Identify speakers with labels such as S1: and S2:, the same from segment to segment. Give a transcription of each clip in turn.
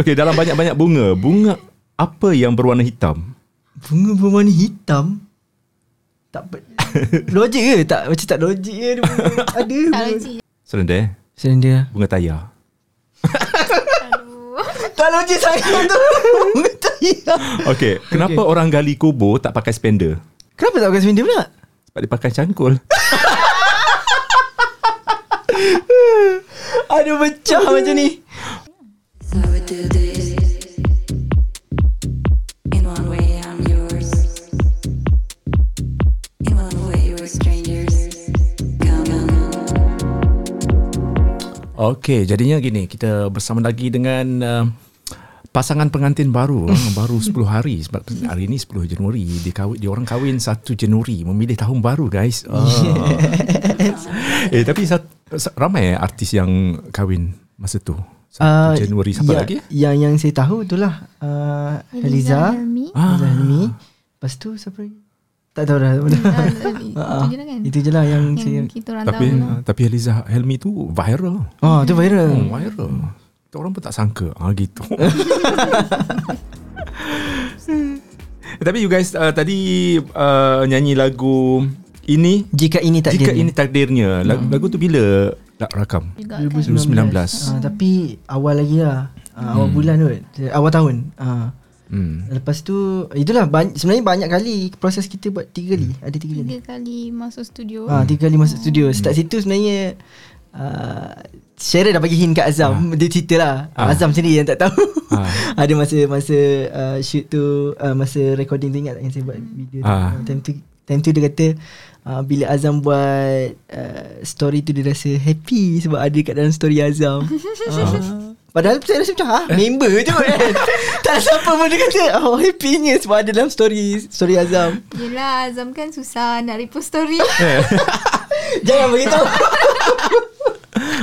S1: Okey, dalam banyak-banyak bunga, bunga apa yang berwarna hitam?
S2: Bunga berwarna hitam Tak pe- Logik ke tak Macam tak logik ke dia punya. Ada
S3: Tak logik
S1: Serendai eh?
S2: Serendah
S1: Bunga tayar.
S3: Aduh
S2: Tak logik saya tu Bunga tayar
S1: Okey, kenapa orang gali kubur tak pakai spender?
S2: Kenapa tak pakai serendah pula
S1: Sebab dia pakai cangkul.
S2: Ada pecah macam ni
S4: So I would do this. In one way, I'm yours. In one way, we're strangers. Come on.
S1: Okey, jadinya gini, kita bersama lagi dengan uh, pasangan pengantin baru, ah, baru 10 hari sebab hari ini 10 Januari, dia kahwin dia orang kahwin 1 Januari, memilih tahun baru guys. Ah. eh tapi sat, sa- ramai eh artis yang kahwin masa tu. 1
S2: Ah,
S1: Januari siapa
S2: ya-
S1: lagi? eh?
S2: Yang yang saya tahu itulah uh, Eliza
S3: Helmi
S1: Ah.
S2: Eliza Helmi Lepas tu siapa lagi Tak tahu dah Ah,
S3: Itu je lah kan
S2: Itu je lah yang, saya
S3: Yang kita orang
S1: Tapi eh,
S3: tahu lah
S1: tapi Eliza Helmi tu viral.
S2: Oh tu viral
S1: Oh,
S3: Hmm.
S1: viral. Kita orang pun tak sangka. Ah gitu. Tapi you guys uh, tadi uh, nyanyi lagu ini
S2: Jika ini tak
S1: jika
S2: jadi.
S1: ini takdirnya. Lagu,
S3: Hmm.
S1: lagu tu bila nak rakam?
S3: Juga kan
S1: 2019.
S2: Ah, tapi awal lagi lah. Ah, awal bulan tu. kan. Awal tahun. Ah.
S1: Hmm.
S2: Lepas tu itulah banyak, sebenarnya banyak kali proses kita buat tiga kali. Ada tiga kali.
S3: Tiga kali masuk studio
S2: Ah, tiga kali masuk studio. Start situ sebenarnya uh, Cheryl dah bagi hint kat Azam Dia cerita lah
S1: Ah.
S2: Azam sendiri yang tak tahu
S1: Ah.
S2: Ada masa Masa uh, shoot tu uh, Masa recording tu ingat tak Yang saya buat video tu
S1: Ah.
S2: Ah, Time tu Time tu dia kata uh, Bila Azam buat uh, Story tu dia rasa happy Sebab ada kat dalam story Azam Ah. Padahal saya rasa macam ha,
S1: Eh?
S2: Member je kan Tak ada siapa pun dia kata Oh happynya Sebab ada dalam story Story Azam
S3: Yelah Azam kan susah Nak repost story
S2: Jangan beritahu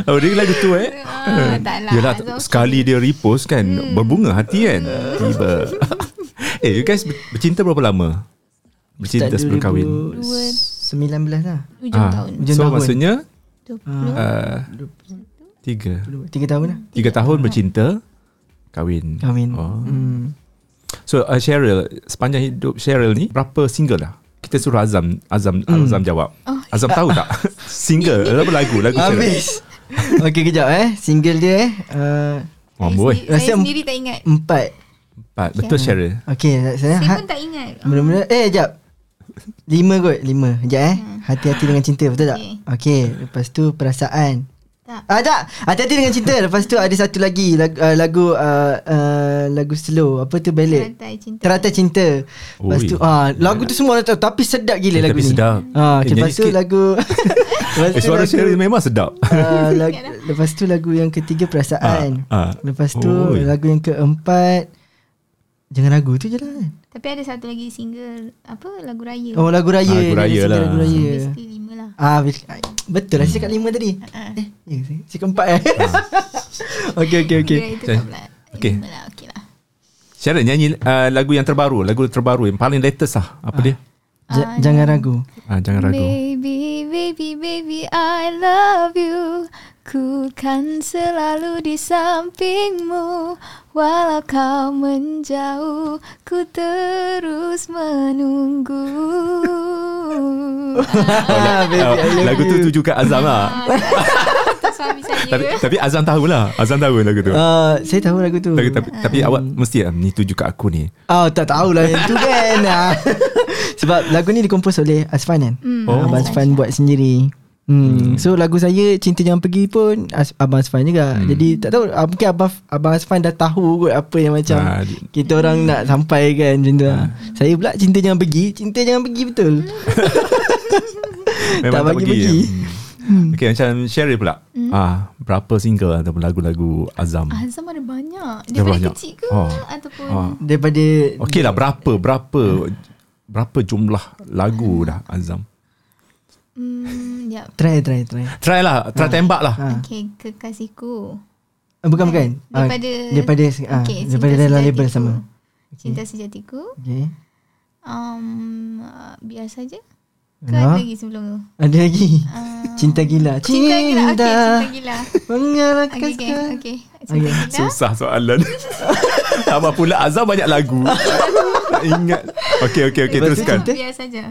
S1: Oh, dia lagu tu eh.
S3: Ah, tak lah. Hmm.
S1: Yelah,
S3: Azam
S1: sekali dia repost kan, berbunga hati kan.
S3: Hmm.
S1: Tiba. eh, you guys ber- bercinta berapa lama? Bercinta sebelum kahwin.
S2: 2019 lah
S3: Ujung
S1: Ah,
S3: tahun
S2: Hujung
S1: so
S2: tahun.
S1: maksudnya
S3: Dua
S1: uh, tiga.
S2: 3 tahun lah
S1: Tiga tahun bercinta Kahwin
S2: Kahwin
S1: oh.
S2: hmm.
S1: So uh, Cheryl Sepanjang hidup Cheryl ni Berapa single lah Kita suruh Azam Azam
S2: Hmm.
S1: Azam jawab Azam tahu tak Single Berapa lagu Lagu Cheryl
S2: Habis Okay kejap eh Single dia eh uh,
S1: Oh
S3: Saya
S1: boy
S3: sendiri- Saya
S2: Rasa-
S3: sendiri tak ingat
S2: Empat
S1: Empat Betul Cheryl
S2: Okay saya
S3: Saya
S2: ha,
S3: pun tak ingat Ah,
S2: Mula-mula Eh jap Lima kot Lima Sekejap eh Hati-hati dengan cinta Betul tak
S3: Hmm. Okey.
S2: Okay Lepas tu perasaan
S3: Tak.
S2: Ah tak Hati-hati dengan cinta Lepas tu ada satu lagi Lagu uh, lagu, uh, uh, lagu slow Apa tu ballad
S3: Rantai cinta
S2: Teratai cinta Lepas
S1: Ui.
S2: tu ah, Lagu tu semua orang tahu Tapi sedap gila
S1: Eh,
S2: lagu
S1: tapi
S2: ni
S1: sedap.
S2: ah, okay,
S1: Eh,
S2: Lepas
S1: nyanyi
S2: tu
S1: sikit.
S2: lagu lepas
S1: Eh
S2: tu
S1: suara
S2: lagu-
S1: Cheryl memang sedap
S2: Ah, lagu, lepas tu lagu yang ketiga perasaan.
S1: Ah, ah.
S2: Lepas tu
S1: Oi.
S2: lagu yang keempat jangan lagu tu je lah. kan.
S3: Tapi ada satu lagi single Apa lagu raya
S2: Oh lagu raya.
S1: Lagu
S2: dia
S1: raya lah.
S2: ada single Lagu raya.
S3: Basically lima lah
S2: Ah bil- ah, betul lah saya cakap lima tadi. Eh, ya saya cakap empat eh.
S1: Ah.
S2: okey okey okey.
S3: Kira itu tak pula
S1: Okey.
S3: Lima lah okay lah
S1: Cheryl nyanyi uh, Lagu yang terbaru Lagu terbaru Yang paling latest lah
S2: Ah.
S1: Apa dia
S2: Ja- jangan ragu.
S1: ah, Jangan ragu
S3: Baby, baby, baby, I love you Ku kan selalu di sampingmu Walau kau menjauh Ku terus menunggu
S2: Ah, baby, I
S1: Ah,
S2: love
S1: Lagu tu
S2: you.
S1: tuju kat Azam lah
S3: Ah, Itu suami
S1: tapi,
S3: saya
S1: tapi Azam tahu lah Azam tahu lagu tu
S2: Ah, saya tahu lagu tu.
S1: Tapi, tapi, tapi awak mesti ah, Ni tuju kat aku ni
S2: Oh, tak tahulah yang tu kan. Ah. Sebab lagu ni dikompos oleh Azfan kan.
S3: Hmm.
S1: Oh.
S2: Abang Azfan buat sendiri. Hmm. So lagu saya Cinta Jangan Pergi pun As- Abang Azfan juga.
S1: Hmm.
S2: Jadi tak tahu ah, mungkin Abang Abang Azfan dah tahu kot apa yang macam
S1: Ah, di- Ah.
S2: kita orang nak sampaikan macam tu. lah. Saya pula Cinta Jangan Pergi, Cinta Jangan Pergi betul.
S3: Hmm.
S1: Memang tak,
S2: Tak
S1: pergi.
S2: bagi-bagi.
S1: Hmm. Okay macam Cheryl pula hmm. ah, Berapa single Ataupun lagu-lagu Azam
S2: Ah,
S3: Azam ada banyak
S1: Dia
S3: Daripada
S1: banyak.
S3: kecil ke
S1: Oh.
S3: Ataupun
S1: ah.
S2: Daripada
S1: Okay lah berapa Berapa Berapa jumlah lagu dah Azam
S3: hmm, ya.
S2: try try try.
S1: Try lah Try tembak lah
S2: Ah.
S3: Okay, kekasihku
S2: Ah, bukan bukan. Ah,
S3: Daripada
S2: daripada ah,
S3: Okey, Cinta
S2: daripada dalam label
S3: Sejatiku.
S2: sama.
S3: Cinta sejatiku
S2: Okay.
S3: um, uh, Biasa je Ke
S2: Ya.
S3: ada lagi sebelum tu
S2: Ada lagi.
S3: uh,
S2: Cinta gila.
S3: Cinta gila. Okay, cinta gila.
S2: Mengalahkan
S3: Okay, okay.
S2: sekarang.
S3: okay. Cinta gila.
S1: Susah soalan Tambah pula Azam banyak lagu Tak ingat Okay okay okay
S2: Lepas tu
S1: teruskan
S2: cinta-
S3: Biar saja.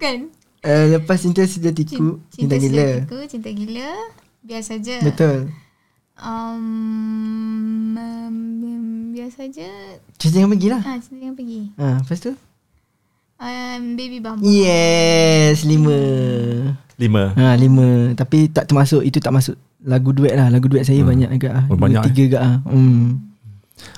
S3: Kan?
S2: Uh, lepas cinta sejatiku,
S3: Cin-
S2: cinta, gila.
S3: sejatiku, cinta ya. gila. Biar saja.
S2: Betul.
S3: Um, um, biar saja.
S2: Cinta yang pergi lah.
S3: Ah, cinta yang pergi.
S2: Ha, lepas tu?
S3: Um, baby bump.
S2: Yes, lima.
S1: Lima
S2: Ha, lima. Tapi tak termasuk, itu tak masuk lagu duet lah. Lagu duet saya banyak agak lah.
S1: Oh,
S2: Dua,
S1: banyak,
S2: tiga agak lah. Hmm.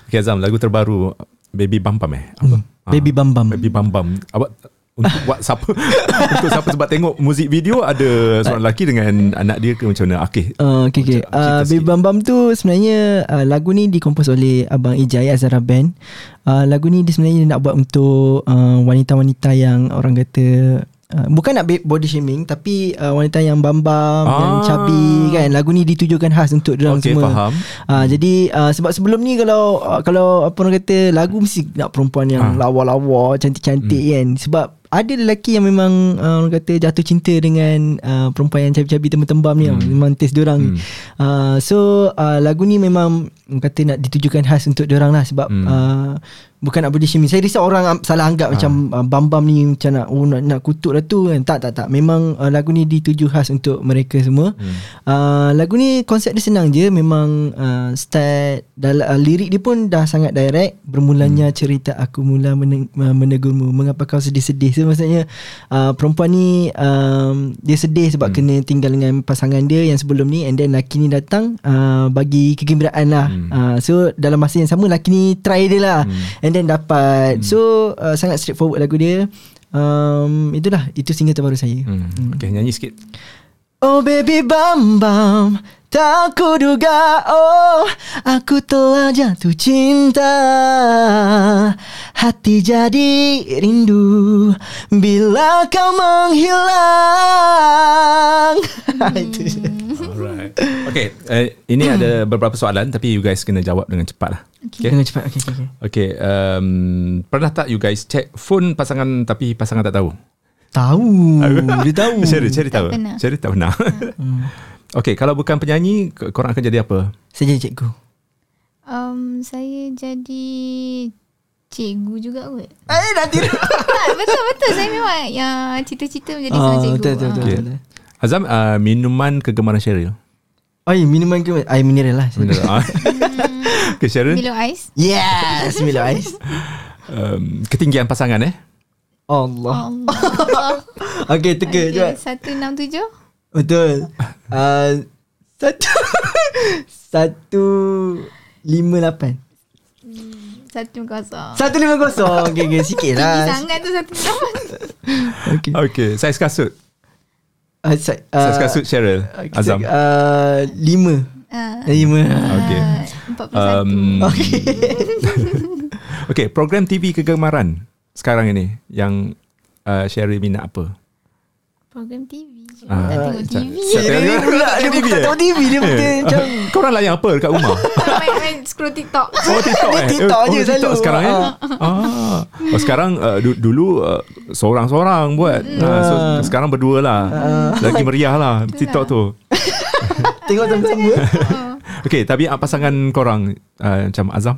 S1: Okay Azam lagu terbaru Baby Bam Bam eh Apa? Ah,
S2: Hmm. Baby Bam Bam.
S1: Baby Bam Bam Awak untuk buat siapa Untuk siapa sebab tengok Muzik video ada Seorang lelaki dengan Anak dia ke macam mana Akih
S2: Uh, okay, okay.
S1: Cerita- cerita
S2: Uh, Baby
S1: sikit.
S2: Bam Bam tu sebenarnya uh, lagu ni dikompos oleh Abang Ijai Azara Band. Uh, lagu ni dia sebenarnya nak buat untuk uh, wanita-wanita yang orang kata uh, bukan nak ba- body shaming tapi uh, wanita yang bambam, ah. yang
S1: Ah.
S2: chubby kan. Lagu ni ditujukan khas untuk dia orang
S1: Okay,
S2: semua.
S1: faham.
S2: Uh, jadi uh, sebab sebelum ni kalau uh, kalau apa orang kata lagu mesti nak perempuan yang
S1: Ah.
S2: lawa-lawa, cantik-cantik kan. Sebab ada lelaki yang memang uh, orang kata jatuh cinta dengan uh, perempuan yang cabi-cabi tembam-tembam ni hmm. memang taste diorang hmm. uh, so uh, lagu ni memang orang kata nak ditujukan khas untuk diorang lah sebab hmm. uh, bukan nak body shaming saya risau orang am- salah anggap ha. macam uh, bambam ni macam nak oh, nak, nak kutuk lah tu kan tak tak tak memang uh, lagu ni dituju khas untuk mereka semua hmm. uh, lagu ni konsep dia senang je memang uh, start dalam uh, lirik dia pun dah sangat direct bermulanya cerita aku mula meneg- uh, menegurmu mengapa kau sedih-sedih so maksudnya uh, perempuan ni um, dia sedih sebab hmm. kena tinggal dengan pasangan dia yang sebelum ni and then laki ni datang uh, bagi kegembiraan lah hmm. uh, so dalam masa yang sama laki ni try dia lah hmm. and then dapat hmm. so uh, sangat straightforward lagu dia um, itulah itu single terbaru saya hmm.
S1: hmm. Okay nyanyi sikit
S2: Oh baby bam bam Tak kuduga oh Aku telah jatuh cinta Hati jadi rindu Bila kau menghilang Itu je
S1: Alright Okay uh, Ini ada beberapa soalan Tapi you guys kena jawab dengan cepat lah
S3: Okay.
S2: Kena cepat okay, okay, okay.
S1: Okay um, Pernah tak you guys Check phone pasangan Tapi pasangan tak tahu
S2: Tahu Oh, Dia tahu
S1: Cari cari tahu
S3: pernah.
S1: Cari tak pernah Okay kalau bukan penyanyi k- Korang akan jadi apa
S2: Saya jadi cikgu
S3: Um, saya jadi cikgu juga kot.
S2: Eh nanti
S3: tak, betul betul saya memang yang cita-cita menjadi seorang
S2: Ah,
S3: cikgu.
S2: Betul betul
S3: Ah.
S2: betul,
S1: Okay.
S2: betul
S1: Azam uh, Minuman kegemaran Cheryl
S2: Oi minuman ke Air mineral lah
S1: Benar tak? Ah.
S2: Hmm.
S1: Okay Cheryl
S3: Milo ais.
S2: Yes Milo Ais
S1: um, Ketinggian pasangan eh
S2: Allah
S3: Oh.
S1: Oh.
S3: Allah.
S2: Okay teka okay.
S3: Okay,
S2: jom
S3: 167.
S2: Betul. Uh, satu satu lima lapan.
S3: 150.
S2: Satu lima kosong. Okay, okay. Sikit
S3: Tinggi
S2: lah.
S3: sangat tu 168.
S2: Okay.
S1: Okay Saiz kasut
S2: Uh, sa,
S1: Saiz kasut Cheryl
S2: okay,
S1: Azam
S2: Uh, lima.
S3: Ah,
S2: Lima.
S1: Okay
S3: ah, 41.
S1: um, Okay Okay Program TV kegemaran Sekarang ini Yang uh, Cheryl minat apa
S3: Program TV. je.
S1: Ah,
S3: tak tengok
S1: macam-
S3: TV.
S1: Saya
S2: Dia ni pula dia
S1: TV,
S2: bukan
S1: eh?
S2: tahu TV dia bukan
S1: Eh,
S2: Ya, macam
S1: Korang layan apa dekat rumah
S3: Main-main scroll TikTok.
S1: Oh TikTok
S2: Dia
S1: eh
S2: TikTok
S1: oh,
S2: je
S1: TikTok
S2: selalu.
S1: sekarang eh ah. Oh sekarang uh, du- Dulu uh, Seorang-seorang buat
S2: Hmm.
S1: ah, So sekarang berdua lah
S2: Ah.
S1: Lagi meriah lah TikTok tu
S2: tengok sama-sama.
S3: Oh.
S1: Okay tapi ah, pasangan korang uh, Macam Azam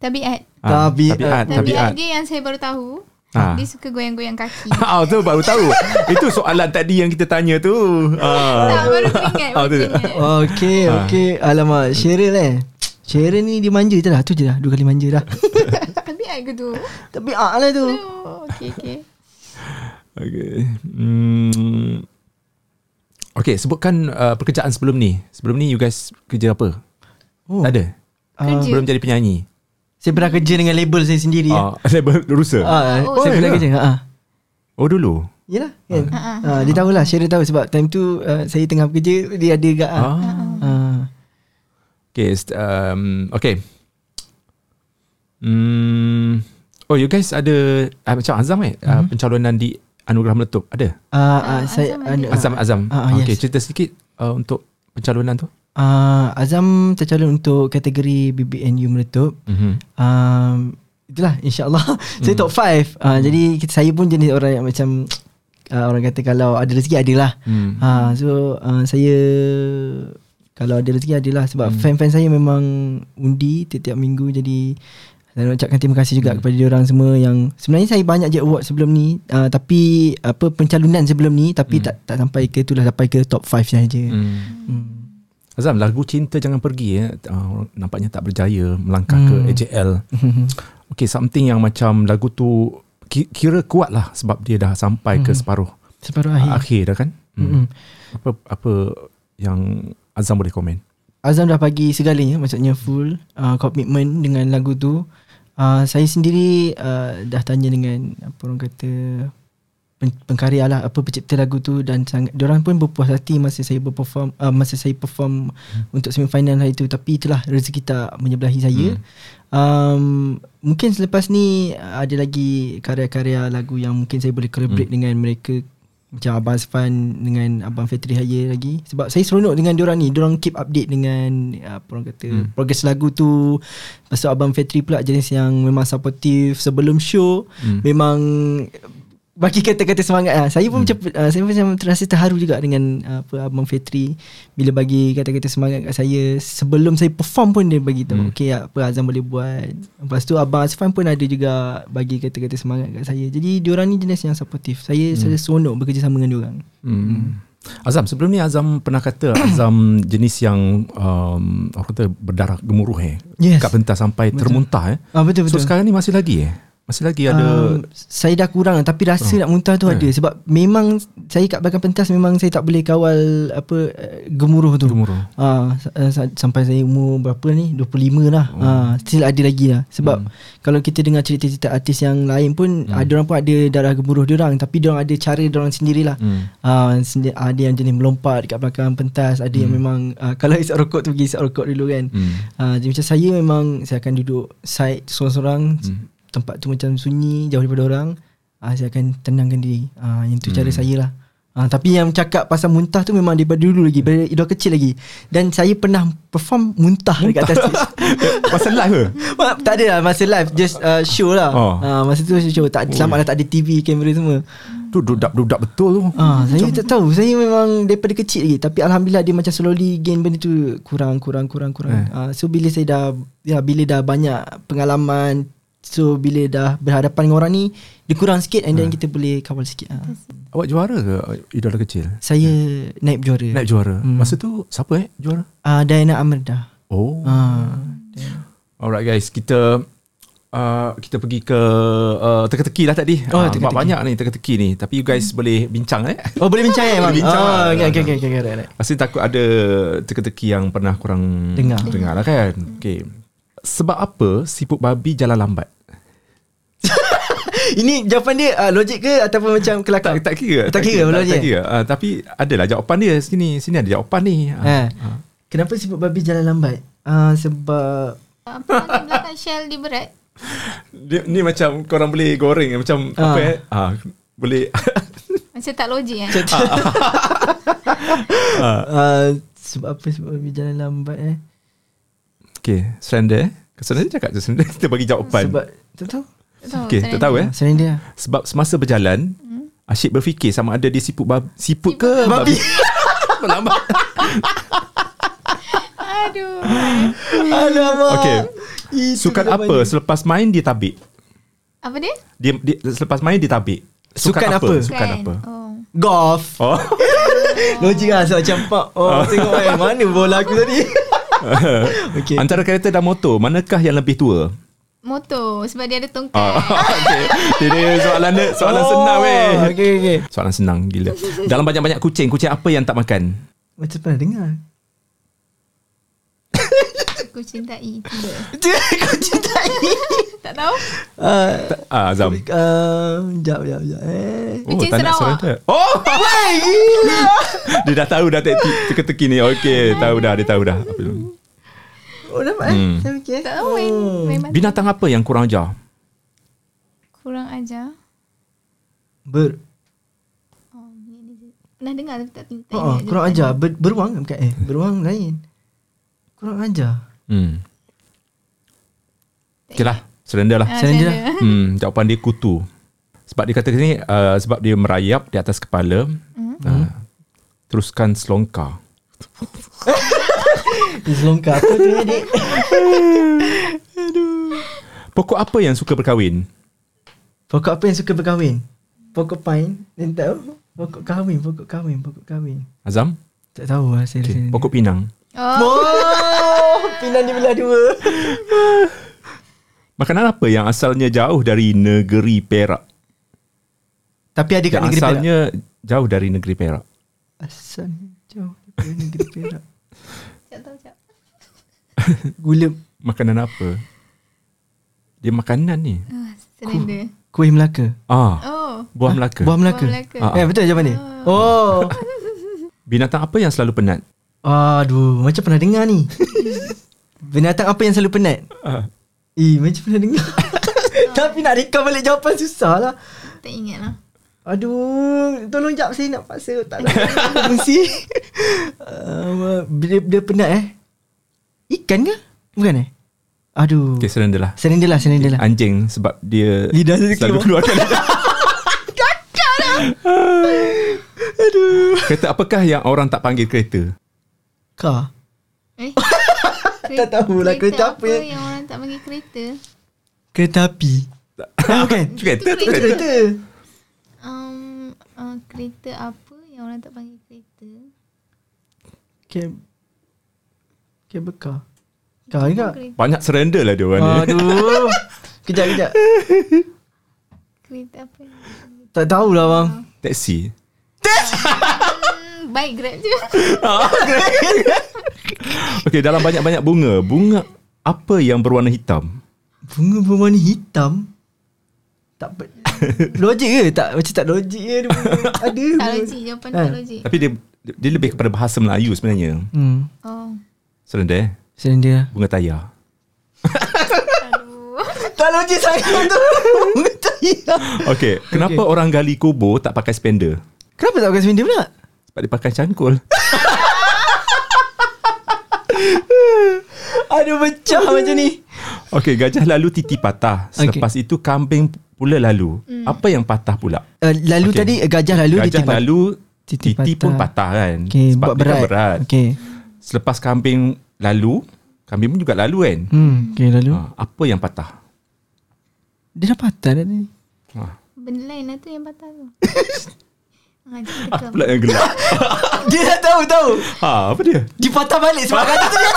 S3: Tabiat.
S1: Ah,
S2: Tabiat.
S1: Tabiat Tabiat
S3: Tabiat dia yang saya baru tahu.
S1: Ah.
S3: Dia suka goyang-goyang kaki.
S1: Ah, tu baru tahu Itu soalan tadi yang kita tanya tu
S3: tak,
S1: ah.
S3: baru teringat.
S1: Ah, tu-
S3: baru teringat.
S2: Okay,
S1: Ah.
S2: okay. Alamak, Cheryl eh. Cheryl ni dia manja je lah. Tu je dah. Dua kali manja dah.
S3: Tabiat ke tu?
S2: Tapi ah lah tu.
S3: Oh, okay, okay.
S1: Okay hmm. Okay sebutkan uh, Pekerjaan sebelum ni Sebelum ni you guys Kerja apa
S2: Oh.
S1: Tak ada Ah,
S3: Kerja.
S1: Belum jadi penyanyi
S2: Saya pernah kerja dengan label saya sendiri. Ah,
S1: Ah, label rusa.
S2: ah
S3: Oh,
S1: ya
S2: saya pernah
S1: ke?
S2: kerja. Ah.
S1: Oh dulu.
S2: Yelah kan uh-huh. uh, Dia tahulah Cheryl tahu Sebab time tu uh, Saya tengah bekerja Dia ada agak uh.
S1: Ah.
S2: Uh.
S1: Okay, st- um, okay. Hmm. Oh, you guys ada uh, macam Azam eh uh,
S2: Mhm.
S1: pencalonan di Anugerah Meletup ada?
S2: Uh, uh, saya
S3: Azam
S2: anu,
S1: Azam Azam.
S2: Ah, ah,
S1: okay,
S2: yes.
S1: cerita sedikit uh, untuk pencalonan tu.
S2: uh, Azam tercalon untuk kategori BBNU meletup
S1: Mm-hmm.
S2: Ah,
S1: Hmm.
S2: um, Itulah insyaAllah Saya top 5 uh, Jadi kita- saya pun jenis orang yang macam uh, orang kata kalau ada rezeki adalah. Hmm. Uh, so uh, saya kalau ada rezeki adalah sebab hmm. fan-fan saya memang undi tiap-tiap minggu jadi saya nak ucapkan terima kasih juga hmm. kepada orang semua yang sebenarnya saya banyak je award sebelum ni uh, tapi apa pencalonan sebelum ni tapi hmm. tak tak sampai ke itulah sampai ke top 5 saja. Hmm. hmm.
S1: Azam lagu Cinta Jangan Pergi eh, uh, nampaknya tak berjaya melangkah hmm. ke AJL.
S2: Hmm.
S1: Okay something yang macam lagu tu ki- kira kuat lah sebab dia dah sampai
S2: Mhm.
S1: ke separuh
S2: Separuh
S1: akhir,
S2: Ah, akhir.
S1: akhir dah kan.
S2: Mm-mm.
S1: Hmm. Apa apa yang Azam boleh komen?
S2: Azam dah bagi segalanya maksudnya full uh, commitment dengan lagu tu. Uh, saya sendiri uh, dah tanya dengan apa orang kata pen- pengkarya lah apa pencipta lagu tu dan sangat orang pun berpuas hati masa saya berperform uh, masa saya perform hmm. untuk semifinal hari tu tapi itulah rezeki tak menyebelahi saya. Hmm. Um mungkin selepas ni uh, ada lagi karya-karya lagu yang mungkin saya boleh collaborate hmm. dengan mereka macam Abang Safan dengan Abang Fetri Haya lagi sebab saya seronok dengan diorang ni diorang keep update dengan apa orang kata hmm. progress lagu tu lepas tu Abang Fetri pula jenis yang memang supportive sebelum show hmm. memang bagi kata-kata semangat lah. Saya pun hmm. macam uh, saya pun macam terasa terharu juga dengan uh, apa Abang Fetri bila bagi kata-kata semangat kat saya sebelum saya perform pun dia bagi tahu hmm. okey apa Azam boleh buat. Lepas tu Abang Azfan pun ada juga bagi kata-kata semangat kat saya. Jadi diorang ni jenis yang supportive. Saya hmm. saya seronok bekerjasama dengan diorang.
S1: Hmm. Azam sebelum ni Azam pernah kata Azam jenis yang um, orang kata berdarah gemuruh eh.
S2: Yes.
S1: Kat pentas sampai Betul. termuntah eh.
S2: Ah betul
S1: So
S2: betul.
S1: sekarang ni masih lagi eh. Masih lagi ada Hmm.
S2: um, saya dah kurang tapi rasa nak muntah tu ada sebab memang saya kat belakang pentas memang saya tak boleh kawal apa eh, gemuruh tu.
S1: gemuruh.
S2: Ah sa- ah, sa- sampai saya umur berapa ni 25 lah.
S1: Hmm.
S2: Ah still ada lagi lah sebab kalau kita dengar cerita-cerita artis yang lain
S1: Hmm.
S2: pun ada orang pun ada darah gemuruh dia orang tapi dia orang ada cara dia orang sendirilah.
S1: Hmm.
S2: Ah sendi- ada yang jenis melompat dekat belakang pentas, ada yang memang ah, kalau isap rokok tu pergi isap rokok dulu kan.
S1: Hmm.
S2: Uh, jadi macam saya memang saya akan duduk side seorang-seorang hmm. tempat tu macam sunyi jauh daripada orang uh, saya akan tenangkan diri uh, yang tu hmm. cara saya lah uh, tapi yang cakap pasal muntah tu memang daripada dulu lagi daripada idol kecil lagi dan saya pernah perform muntah, muntah. dekat atas stage
S1: Pasal live ke?
S2: Mak, tak ada lah masa live just uh, show lah
S1: Oh.
S2: oh. uh, masa tu show tak selamat lah tak ada TV kamera semua
S1: Tu dudak-dudak betul tu.
S2: Ah, saya tak tahu. Saya memang daripada kecil lagi tapi alhamdulillah dia macam slowly gain benda tu kurang kurang kurang kurang.
S1: Eh.
S2: Eh. Ah, so bila saya dah ya bila dah banyak pengalaman so bila dah berhadapan dengan orang ni dia kurang sikit and then kita boleh kawal sikit. Ah.
S1: Awak juara ke eh, idola kecil?
S2: Saya naib juara.
S1: Naik juara. Hmm. Masa tu siapa eh juara?
S2: Ah, Diana Amrda.
S1: Oh.
S2: Ah.
S1: Alright guys, kita uh, kita pergi ke uh, teka-teki lah tadi.
S2: Oh,
S1: Ah,
S2: teka-teki.
S1: Sebab banyak ni teka-teki ni. Tapi you guys hmm. boleh bincang eh.
S2: Oh boleh bincang eh bang.
S1: Boleh bincang.
S2: Ah, okay, okay, okay, okay, okay, right, right.
S1: Pasti takut ada teka-teki yang pernah kurang
S2: Dengar.
S1: dengar lah kan. Okay. Sebab apa siput babi jalan lambat?
S2: Ini jawapan dia ah, logik ke ataupun macam kelakar?
S1: Tak, tak kira.
S2: Tak kira,
S1: tak,
S2: logik.
S1: tak kira. Uh, tapi adalah jawapan dia sini. Sini ada jawapan ni.
S2: Ha.
S1: Ah.
S2: Kenapa sibuk babi jalan lambat? Ah, sebab
S3: Apa yang di Ah, belakang Shell dia berat?
S1: Dia, ni macam korang boleh goreng macam
S2: Ah.
S1: apa eh? Ah, boleh
S3: Macam tak logik kan?
S2: Ah, sebab apa sebab babi jalan lambat eh?
S1: Okay, surrender eh. Surrender cakap je surrender. Kita bagi jawapan.
S2: Sebab tak tahu.
S3: Tak tahu,
S1: okay, tak tahu eh.
S2: Surrender.
S1: Sebab semasa berjalan, hmm? Asyik berfikir sama ada dia siput bab, siput ke babi. Lambat.
S3: Aduh.
S2: Alamak.
S1: Okey.
S2: Itu
S1: Sukan
S2: jawapan
S1: apa
S2: dia.
S1: selepas main dia tabik?
S3: Apa dia?
S1: Dia, dia selepas main dia tabik.
S2: Sukan apa?
S1: Sukan
S3: Kan?
S1: apa?
S3: Oh.
S2: Golf.
S1: Oh.
S2: Logik lah sebab macam pak. Oh, tengok eh mana bola aku tadi. Okey.
S1: Antara kereta dan motor, manakah yang lebih tua?
S3: Motor sebab dia ada tongkat.
S1: Ah, okay. Dia, dia soalan dia, soalan oh. senang weh.
S2: Okey okey.
S1: Soalan senang gila. Dalam banyak-banyak kucing, kucing apa yang tak makan?
S2: Macam pernah dengar.
S3: Aku cintai. Tidak.
S2: Kau cintai.
S3: tak tahu.
S2: Ah,
S1: Ah, Azam.
S2: ah, Jap jap jap eh.
S3: Kucing
S1: tak nak
S3: Sarawak.
S1: surrender. Oh,
S2: Wah, gila.
S1: dia dah tahu dah taktik teka-teki ni. Okey, tahu dah, dia tahu dah. Apa tu?
S2: Oh dapat eh. Saya fikir.
S3: Tak tahu main,
S2: Oh.
S3: main mata.
S1: Binatang apa yang kurang ajar?
S3: Kurang ajar.
S2: Ber
S3: Oh, ni dia. Pernah dengar tapi tak tak
S2: Oh, oh
S3: ingat
S2: kurang
S3: jawapan.
S2: ajar Ber, Beruang bukan eh Beruang lain Kurang ajar
S1: Hmm. lah. Okey lah, surrender lah.
S3: Ah,
S2: Surrender
S3: surrender.
S1: Hmm, jawapan dia kutu. Sebab dia kata ni uh, sebab dia merayap di atas kepala. Mm. Uh, teruskan selongkar.
S2: Selongkar apa tu adik?
S1: Pokok apa yang suka berkahwin?
S2: Pokok apa yang suka berkahwin? Pokok pine Dan tahu Pokok kahwin Pokok kahwin Pokok kahwin
S1: Azam?
S2: Tak tahu lah saya
S1: Okay.
S2: rasa
S1: Pokok pinang.
S3: Oh,
S2: Oh Pinang dibelah dua
S1: Makanan apa yang asalnya jauh dari negeri Perak?
S2: Tapi ada kat
S1: Yang
S2: negeri Perak
S1: asalnya jauh dari negeri Perak.
S2: Asalnya jauh daripada negeri Perak
S3: sekejap tahu sekejap.
S2: Gula
S1: Makanan apa? Dia makanan ni.
S3: Ah, Selenda.
S2: Kuih Melaka
S1: Ah,
S3: Oh.
S1: buah melaka.
S2: Buah Melaka,
S3: Buah Melaka.
S1: Ah, ah.
S2: Eh betul jawapan ni Oh
S1: Binatang apa yang selalu penat?
S2: Aduh Macam pernah dengar ni Binatang apa yang selalu penat
S1: Ah.
S2: Eh macam pernah dengar Tapi nak recall balik jawapan susah lah
S3: Tak ingat lah.
S2: Aduh Tolong jap saya nak paksa Tak nak Mesti uh, dia, dia penat eh Ikan ke? Bukan eh? Aduh
S1: Okay,
S2: okay.
S1: serenda lah.
S2: Selenda lah Selenda lah
S1: Anjing sebab dia
S2: Lidah dia
S1: selalu
S2: keluar. lah.
S1: keluarkan lidah.
S2: Aduh
S1: Kereta apakah yang orang tak panggil kereta?
S2: Kah
S3: Eh?
S2: Tak tahulah kereta apa ya? yang-
S3: yang orang tak panggil kereta.
S2: Kereta api ah, Bukan
S1: Kereta tu
S3: Itu
S1: kereta.
S2: Kereta
S3: Um, uh, kereta apa yang orang tak panggil kereta?
S2: Cab Cab car Car juga
S3: Kereta,
S1: Banyak serenda lah dia orang ni.
S2: Aduh Kejap kejap
S3: kereta apa? yang-
S2: Tak tahulah bang
S1: Taxi.
S3: Hmm, baik grab je.
S1: Okey, dalam banyak-banyak bunga, bunga apa yang berwarna hitam?
S2: Bunga berwarna hitam Tak pe- Logik ke tak Macam tak logik ke dia punya. Ada
S3: tak logik jawapan tak
S2: Eh.
S3: logik.
S1: Tapi dia dia lebih kepada bahasa Melayu sebenarnya.
S2: hmm.
S3: Oh.
S1: Serenda eh?
S2: Selenda
S1: Bunga tayar.
S3: Aduh.
S2: Tak logik sangat tu Bunga tak hitam
S1: Okey, kenapa
S2: Okey.
S1: orang gali kubur tak pakai spender?
S2: Kenapa tak pakai selenda pula
S1: Sebab dia pakai cangkul.
S2: Aduh pecah macam ni
S1: Okey, gajah lalu titi patah.
S2: Okey. Hmm.
S1: Selepas itu kambing pula lalu. Apa yang patah pula?
S2: uh, Lalu
S1: Okey.
S2: okay. tadi eh, Gajah lalu
S1: gajah
S2: ditipan.
S1: lalu titi,
S2: Titi
S1: titi pun
S2: patah.
S1: patah kan.
S2: okay,
S1: dia
S2: Sebab
S1: kan
S2: berat,
S1: berat.
S2: Okay
S1: Selepas kambing lalu, kambing pun juga lalu kan.
S2: Hmm, okay lalu
S1: Ha, apa yang patah?
S2: Dia dah patah dah ni
S1: Ha.
S3: Benda lain lah tu yang patah tu. ha, dia
S1: Apa
S3: tekam.
S1: pula yang gelap?
S2: Dia dah tahu tahu
S1: ha, apa dia?
S2: Dia patah balik sebab gajah tu dia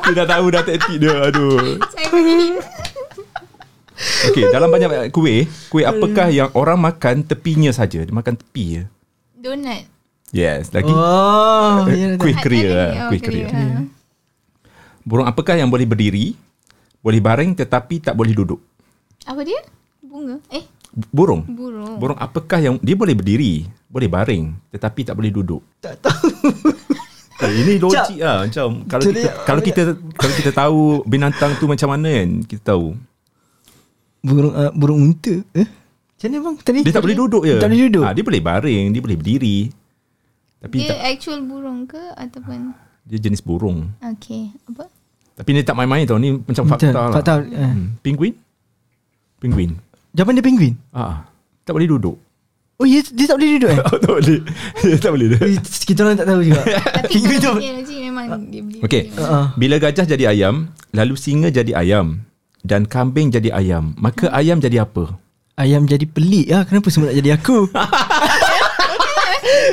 S1: Dia dah tahu dah taktik dia. Aduh.
S3: Saya pergi.
S1: Okey, dalam banyak kuih, kuih apakah yang orang makan tepinya saja? Dia makan tepi je.
S3: Donat.
S1: Yes, lagi oh,
S2: Oh ya dah tahu.
S1: kuih keria.
S3: Ada
S1: lah,
S3: ni, oh,
S1: Kuih keria.
S3: ha.
S1: Burung apakah yang boleh berdiri, boleh baring tetapi tak boleh duduk?
S3: Apa dia? Bunga? Eh,
S1: B- Burung.
S3: burung.
S1: Burung Hmm. apakah yang dia boleh berdiri, boleh baring tetapi tak boleh duduk?
S2: Tak tahu
S1: Eh, Ini logik lah macam kalau
S2: Jadi-
S1: kita kalau kita kalau kita tahu binatang tu macam mana kan kita tahu.
S2: Burung uh, burung unta eh? Macam mana bang tadi
S1: Dia tak boleh duduk je.
S2: Tak boleh duduk
S1: Ha, dia boleh baring, dia boleh berdiri. Tapi
S3: Dia
S1: dia, tak,
S3: actual burung ke ataupun
S1: dia jenis burung.
S3: okey, apa?
S1: Tapi ni tak main-main tau. Ni macam fakta
S2: Betul,
S1: lah.
S2: Fakta eh.
S1: Hmm. Penguin? Penguin.
S2: Jawapan dia penguin
S1: Ah, tak boleh duduk.
S2: Oh ya dia tak boleh duduk eh
S1: Oh, tak boleh. tak boleh duduk.
S2: Eh, Kita orang tak tahu juga
S3: Tapi
S2: Penguin tu
S3: kalau dia logik memang dia beli.
S1: Okey.
S3: beli.
S2: Ah.
S1: Bila gajah jadi ayam, lalu singa jadi ayam dan kambing jadi ayam, maka ayam jadi apa?
S2: Ayam jadi pelik ah Kenapa semua nak jadi aku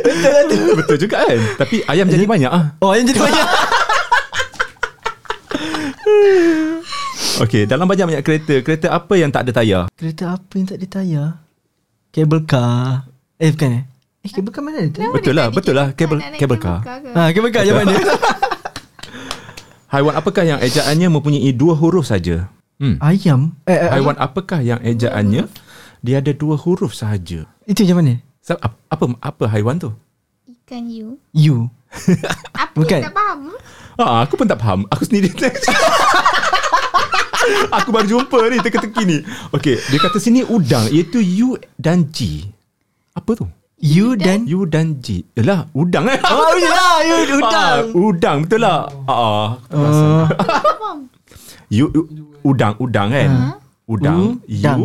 S2: Betul lah tu
S1: Betul juga kan? Tapi ayam jadi banyak ah.
S2: Oh ayam jadi banyak
S1: Okey, dalam banyak-banyak kereta, kereta apa yang tak ada tayar?
S2: Kereta apa yang tak ada tayar Cable car Eh bukan eh Eh cable car mana ada tayar?
S3: Kenapa
S1: Betul
S3: dia
S1: lah,
S3: tak
S1: betul lah.
S3: ada cable-
S1: Cable-
S3: tak ada
S1: cable car. Ah.
S3: ke?
S2: Ha cable car jawapan dia
S1: Haiwan apakah yang ejaannya mempunyai dua huruf saja? Hmm.
S2: Ayam eh, eh,
S1: Haiwan apakah yang ejaannya dia ada dua huruf sahaja?
S2: Itu jawapan dia
S1: Sa- ap- Apa apa haiwan tu?
S3: Ikan you.
S2: You
S3: Apa
S2: Bukan.
S3: yang tak faham?
S1: Ah, aku pun tak faham. Aku sendiri tak- Aku baru jumpa ni teka-teki ni. Okey, dia kata sini udang iaitu U dan G. Apa tu?
S2: You dan
S1: U dan G. Yalah, udang eh.
S2: Oh ya
S1: Ah,
S2: you udang
S1: udang betul lah. Ah,
S2: Oh.
S3: Tak faham.
S1: U, u- udang udang kan. Udang, U
S2: Udang.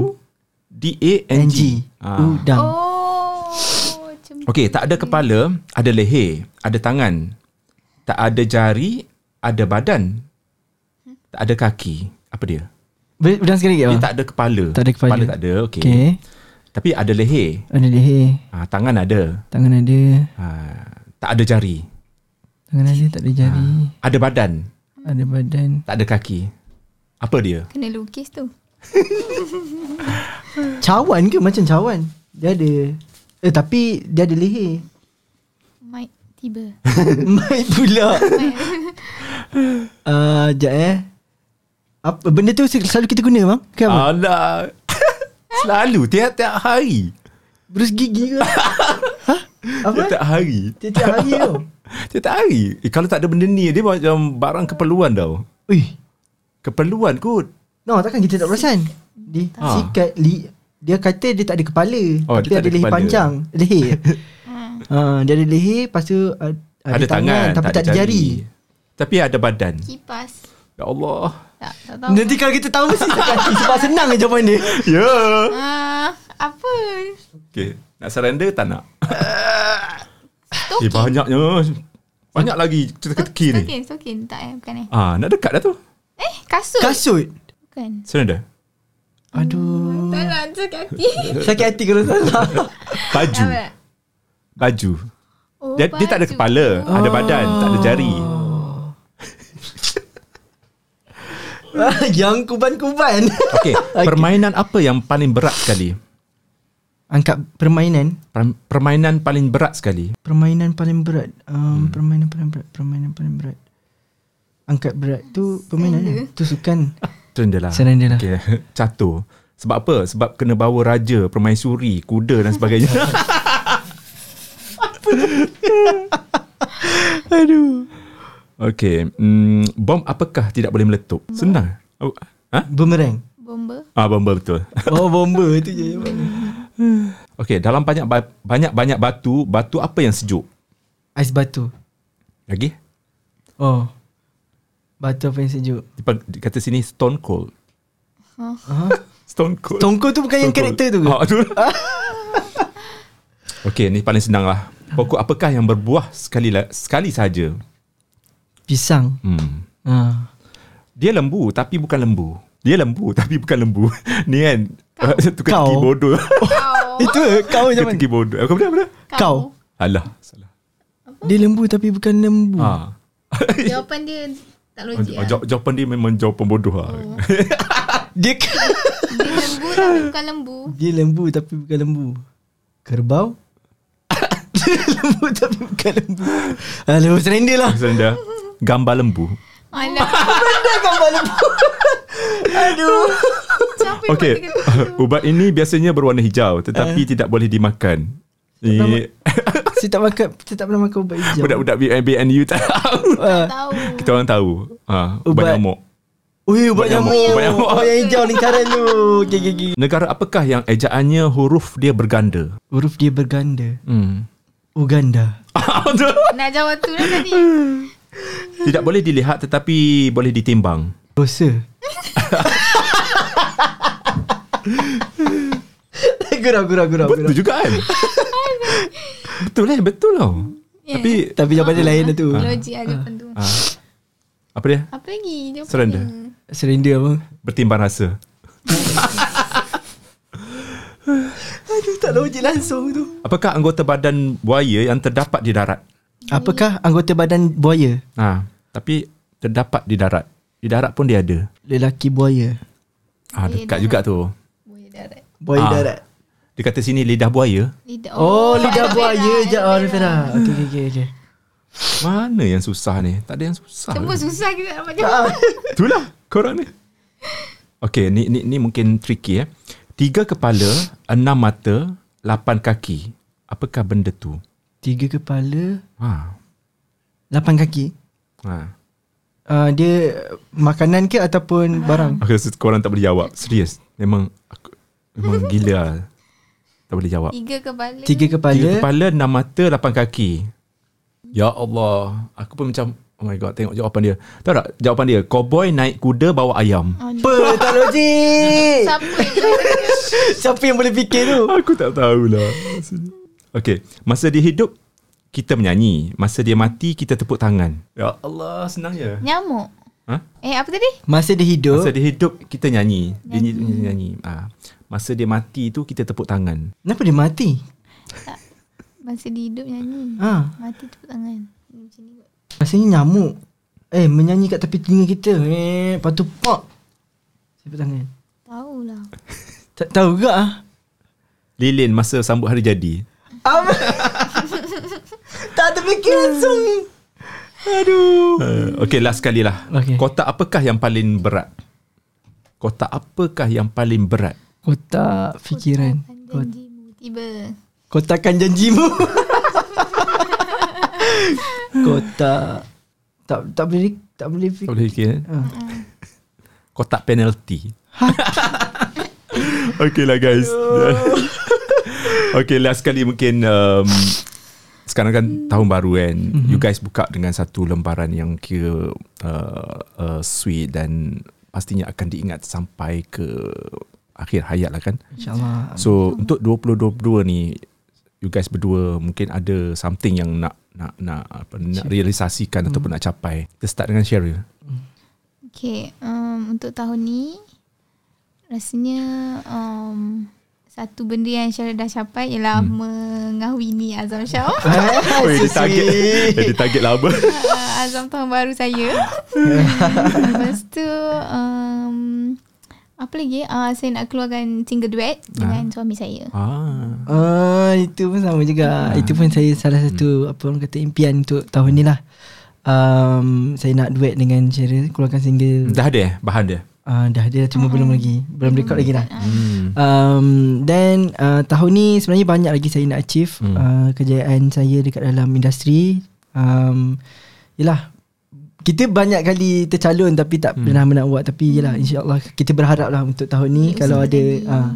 S1: D-A-N-G Ah.
S2: Udang
S3: Oh. Macam
S1: Okey, tak ada kepala, ada leher, ada tangan. Tak ada jari, ada badan. Tak ada kaki. Apa dia?
S2: Boleh udang sekali lagi
S1: Dia
S2: Abang?
S1: Eh, tak ada kepala.
S2: Ya. Tak ada kepala.
S1: Kepala tak ada, okey. Okay.
S2: Okay
S1: Tapi ada leher.
S2: Ada leher
S1: Ha, tangan ada.
S2: Tangan ada
S1: Ha, tak ada jari.
S2: Tangan ada tak ada jari
S1: Ada badan.
S2: Ada badan
S1: Tak ada kaki. Apa dia?
S3: kena lukis tu.
S2: Cawan ke macam cawan Dia ada Eh tapi Dia ada leher
S3: Mic tiba.
S2: Mai pula uh, Sekejap eh apa, Benda tu selalu kita guna bang Ke apa? Uh,
S1: Alah. Selalu, tiap-tiap hari.
S2: Berus gigi ke? Hah? Ha? Apa?
S1: Tiap-tiap hari.
S2: Tiap-tiap hari tu
S1: Tiap-tiap hari. Eh, kalau tak ada benda ni, dia macam barang keperluan tau.
S2: Ui
S1: Keperluan kot.
S2: No takkan kita tak perasan Di
S1: Ah.
S2: sikat li, Dia kata dia tak ada kepala
S1: Oh,
S2: Tapi dia, ada, leher
S1: kepala.
S2: panjang Leher
S3: Ha.
S2: uh, Dia ada leher Lepas tu uh, ada, ada tangan, Tapi tak ada jari,
S1: Tapi ada badan.
S3: Kipas.
S1: Ya Allah.
S3: Tak, tak tahu.
S2: Nanti kalau kita tahu Mesti sakit hati Sebab senang je jawapan dia
S1: Ya. Yeah.
S3: Ah, apa?
S1: Okay. Nak surrender tak nak?
S3: Stokin.
S1: Eh banyaknya. Banyak lagi teka-teki ni.
S3: Stokin, stokin. Tak eh, bukan eh.
S1: Ah, nak dekat dah tu.
S3: Eh, kasut.
S2: Kasut
S3: bukan.
S1: Surrender.
S2: Aduh
S3: Tak lah, tu kaki.
S2: Sakit hati kalau salah
S1: Baju.
S3: Apa?
S1: Baju.
S3: Oh,
S1: Dia, dia tak ada
S3: baju. Oh.
S1: kepala, ada badan, tak ada jari.
S2: Ah, Yang kuban-kuban
S1: Okey, permainan apa yang paling berat sekali?
S2: Angkat permainan
S1: Per- Permainan paling berat sekali.
S2: Permainan paling berat um, hmm. Permainan paling berat Permainan paling berat Angkat berat tu Permainan lah Tu sukan
S1: Surrender lah.
S2: Surrender lah.
S1: Okey, catur. Sebab apa? Sebab kena bawa raja, permaisuri, kuda dan sebagainya.
S2: Aduh
S1: Okey, mm, bom apakah tidak boleh meletup? Senang. Oh, Ha?
S2: Bumerang
S3: Bomba.
S1: Ah, bomba betul.
S2: Oh bomba tu je jawapan.
S1: Okey, dalam banyak ba- banyak-banyak batu, batu apa yang sejuk?
S2: Ais batu
S1: Lagi?
S2: Oh Batu apa yang sejuk
S1: Dipa- Dia kata sini stone cold.
S2: huh?
S1: Stone cold.
S2: Tongkol Ah. tu bukan yang karakter tu ke?
S1: Oh, tu. Okey, ni paling senang lah. Pokok apakah yang berbuah sekali la- sekali saja?
S2: Pisang
S1: Hmm.
S2: ha.
S1: Dia lembu tapi bukan lembu. Dia lembu tapi bukan lembu. ni kan tu
S2: Kau.
S1: teki bodoh.
S3: Kau.
S2: Ah. Itu eh, kau
S1: Kau
S2: zaman
S1: teki bodoh. Kau benar benar.
S2: Kau.
S1: Alah, salah.
S2: Dia lembu tapi bukan lembu ha.
S1: Ha.
S3: Jawapan dia tak logik
S1: Oh,
S3: lah.
S1: jaw- jawapan dia memang jawapan bodoh lah.
S2: Oh. Dia ke-
S3: Dia lembu tapi bukan lembu.
S2: Dia lembu tapi bukan lembu. Kerbau? Dia lembu tapi bukan lembu. Ah, lembu serendil lah.
S1: Pasal dah gambar lembu.
S3: Alah.
S2: Benda gambar lembu. Aduh.
S3: Siapa yang buat
S1: Okey.
S3: dia kata tu?
S1: Ubat ini biasanya berwarna hijau tetapi
S2: Eh.
S1: tidak boleh dimakan. Ni
S2: Saya tak makan, saya tak pernah makan ubat hijau.
S1: budak-budak B- BNU tak tahu.
S2: Ah.
S3: Tahu.
S1: Kita orang tahu. Ha, ubat,
S2: Ubat.
S1: nyamuk.
S2: Ui, ubat
S1: Ubat
S2: nyamuk.
S1: nyamuk,
S2: Ubat
S1: ubat nyamuk.
S2: yang hijau lingkaran tu. Okay, okay, okay.
S1: Negara apakah yang ejaannya huruf dia berganda?
S2: Huruf dia berganda.
S1: Hmm.
S2: Uganda.
S3: Nak jawab tu lah tadi.
S1: tidak boleh dilihat tetapi boleh ditimbang.
S2: Dosa. gurau, gurau, gurau.
S1: Betul
S2: gurau.
S1: juga kan? betul eh, betul tau.
S3: Yeah.
S1: Tapi Ah.
S2: Tapi jawapan dia lain lah tu.
S3: Logik lah jawapan tu.
S1: ha, apa dia?
S3: Apa lagi jawapan
S1: Surrender.
S3: dia?
S2: Serendil apa?
S1: Bertimbang rasa.
S2: Aduh, tak logik langsung tu.
S1: Apakah anggota badan buaya yang terdapat di darat?
S2: Apakah anggota badan buaya?
S1: Ha, tapi terdapat di darat. Di darat pun dia ada.
S2: Lelaki buaya.
S1: Ha, dekat juga tu.
S3: Buaya darat.
S2: Buaya
S1: Ah.
S2: darat.
S1: Dia kata sini lidah buaya.
S3: Lidah.
S2: Oh, lidah
S3: aloe
S2: buaya
S3: vera,
S2: je. Oh,
S3: aloe
S2: aloe
S3: vera.
S2: vera. Okey, okey, okey. Okay.
S1: Mana yang susah ni? Tak ada yang susah.
S3: Semua susah kita nak dapat
S1: Ah.
S3: jawapan.
S1: Itulah korang ni. Okay, ni, ni, ni mungkin tricky eh. Tiga kepala, enam mata, lapan kaki. Apakah benda tu?
S2: Tiga kepala,
S1: Ha.
S2: lapan kaki.
S1: ha.
S2: Uh, dia makanan ke ataupun barang?
S1: Aku rasa korang tak boleh jawab. Serius. Memang aku, memang gila lah. Tak boleh jawab.
S3: Tiga kepala.
S2: Tiga
S1: Tiga
S2: kepala.
S1: kepala, enam mata, lapan kaki. Ya Allah. Aku pun macam, Oh my god Tengok jawapan dia Tahu tak jawapan dia Cowboy naik kuda bawa ayam
S2: Apa tak logik
S3: Siapa yang
S2: Siapa yang boleh fikir tu
S1: Aku tak tahulah Okay Masa dia hidup Kita menyanyi Masa dia mati Kita tepuk tangan Ya Allah Senang je
S3: Nyamuk
S1: Ha?
S3: Eh apa tadi?
S2: Masa dia hidup
S1: Masa dia hidup Kita nyanyi Dia nyanyi, nyanyi. nyanyi. Ha. Masa dia mati tu Kita tepuk tangan
S2: Kenapa dia mati
S3: Masa dia hidup
S1: Ah.
S3: nyanyi
S2: ha.
S3: Mati tepuk tangan Macam ni kot.
S2: Rasanya nyamuk Eh menyanyi kat tepi telinga kita eh, Lepas tu pak Siapa tangan
S3: Tahulah
S2: Tak tahu ke ah
S1: Lilin masa sambut hari jadi
S2: Apa? tak terfikir langsung Aduh
S1: uh, Okay last sekali lah
S2: Okay.
S1: Kotak apakah yang paling berat? Kotak apakah yang paling berat?
S2: Kotak fikiran
S3: Kan janjimu Tiba
S2: Kotakan janjimu Kotak Tak tak boleh Tak boleh
S1: Tak
S2: fikir
S1: boleh fikir eh?
S2: Ah.
S1: Kotak penalti Okay lah guys Okay last sekali mungkin um, Sekarang kan tahun baru kan mm-hmm. You guys buka dengan satu lembaran yang kira uh, uh, Sweet dan Pastinya akan diingat sampai ke Akhir hayat lah kan
S2: InsyaAllah
S1: So untuk 2022 ni you guys berdua mungkin ada something yang nak nak nak apa nak realisasikan hmm. ataupun nak capai. Kita start dengan Cheryl.
S3: Okay um, Untuk tahun ni Rasanya um, Satu benda yang Syaril dah capai Ialah hmm. Mengahwini Azam Syah
S2: Ah,
S1: Weh,
S2: so
S1: dia target
S2: sweet.
S1: eh, dia target lama.
S3: uh, Azam tahun baru saya Lepas tu um, Apa lagi uh, Saya nak keluarkan single duet Dengan suami saya
S1: ah.
S2: Ah, itu pun sama juga. Itu pun saya salah satu apa orang kata impian untuk tahun ni lah. Um, saya nak duet dengan Cheryl keluarkan single.
S1: Dah ada eh bahan dia.
S2: Ah, dah dia cuma belum lagi. Belum record lagi lah.
S1: Hmm.
S2: Um, then uh, tahun ni sebenarnya banyak lagi saya nak achieve hmm. uh, kejayaan saya dekat dalam industri. Um, yelah kita banyak kali tercalon tapi tak hmm. pernah nak buat tapi yelah insyaallah kita berharap lah untuk tahun ni kalau ada uh,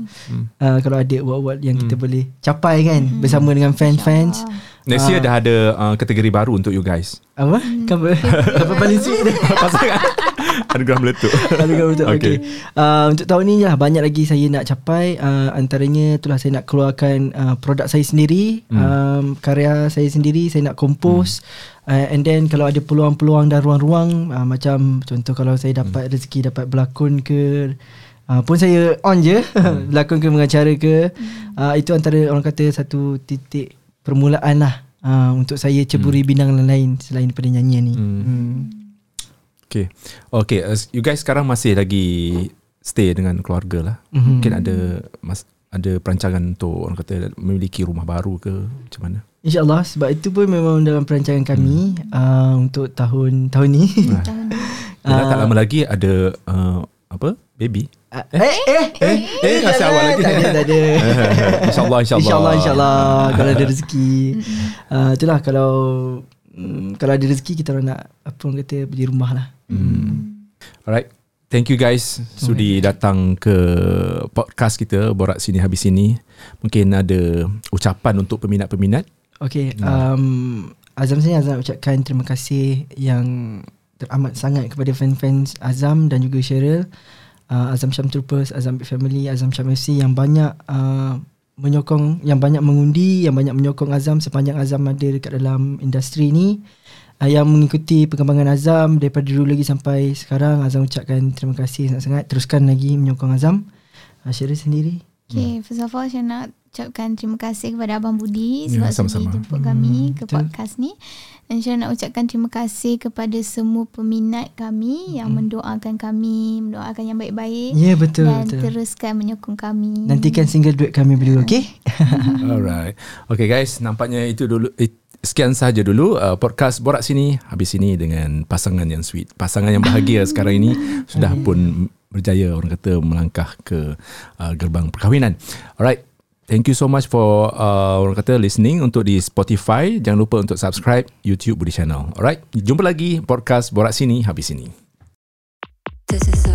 S2: uh, kalau ada award-award yang kita boleh capai kan bersama dengan fans-fans
S3: Ah.
S1: Next year dah ada uh, kategori baru untuk you guys.
S2: apa cover apa paling sweet dia?
S1: Pasangan anugerah meletup.
S2: Ada gambar betul.
S1: Okey.
S2: Okay. Uh, untuk tahun ni lah banyak lagi saya nak capai uh, antaranya itulah saya nak keluarkan uh, produk saya sendiri, hmm. um, karya saya sendiri, saya nak compose hmm. uh, and then kalau ada peluang-peluang dan ruang-ruang uh, macam contoh kalau saya dapat hmm. rezeki dapat berlakon ke Uh, pun saya on je Berlakon ke mengacara ke uh, Itu antara orang kata Satu titik Permulaan lah uh, Untuk saya ceburi bidang lain Selain daripada nyanyian ni hmm.
S1: Okay. Okay, uh, you guys sekarang masih lagi stay dengan keluarga lah. Mm-hmm. Mungkin ada mas, ada perancangan untuk orang kata memiliki rumah baru ke macam mana?
S2: InsyaAllah sebab itu pun memang dalam perancangan kami hmm. uh, untuk tahun tahun ni.
S3: Tahun ni
S1: Yalah, tak lama lagi ada uh, apa? Baby.
S2: Ah, eh eh eh,
S1: eh, masih awal lagi.
S2: Tak ada tak ada.
S1: InsyaAllah insyaAllah.
S2: InsyaAllah Ah. insyaAllah kalau ada rezeki. Uh, itulah kalau mm, kalau ada rezeki kita orang nak apa orang kata beli rumah lah.
S1: Hmm. Alright. Thank you guys sudi datang ke podcast kita Borak Sini Habis Sini. Mungkin ada ucapan untuk peminat-peminat.
S2: Okay um, Azam sini Azam nak ucapkan terima kasih yang teramat sangat kepada fans-fans Azam dan juga Cheryl uh, Azam Syam Troopers, Azam Big Family, Azam Syam FC yang banyak uh, menyokong, yang banyak mengundi, yang banyak menyokong Azam sepanjang Azam ada dekat dalam industri ni uh, yang mengikuti perkembangan Azam daripada dulu lagi sampai sekarang Azam ucapkan terima kasih sangat-sangat teruskan lagi menyokong Azam uh, Cheryl sendiri Ya.
S3: Okay first of all Saya nak ucapkan terima kasih kepada Abang Budi
S1: Ya,
S3: Sebab
S1: sama-sama.
S3: sudi jemput kami
S2: Hmm,
S3: Ke
S2: betul.
S3: podcast ni Dan saya nak ucapkan terima kasih Kepada semua peminat kami Yang mendoakan kami Mendoakan yang baik-baik
S2: Hmm. Ya yeah, betul,
S3: Dan
S2: betul.
S3: teruskan menyokong kami
S2: Nantikan single duet kami berdua okay?
S1: Alright. Okay guys, nampaknya itu dulu it, sekian sahaja dulu uh, podcast Borak Sini habis sini dengan pasangan yang sweet, pasangan yang bahagia sekarang ini sudah pun berjaya orang kata melangkah ke uh, gerbang perkahwinan. Alright. Thank you so much for uh, orang kata listening untuk di Spotify. Jangan lupa untuk subscribe YouTube Budi Channel. Alright. Jumpa lagi podcast Borak Sini habis sini.
S4: This is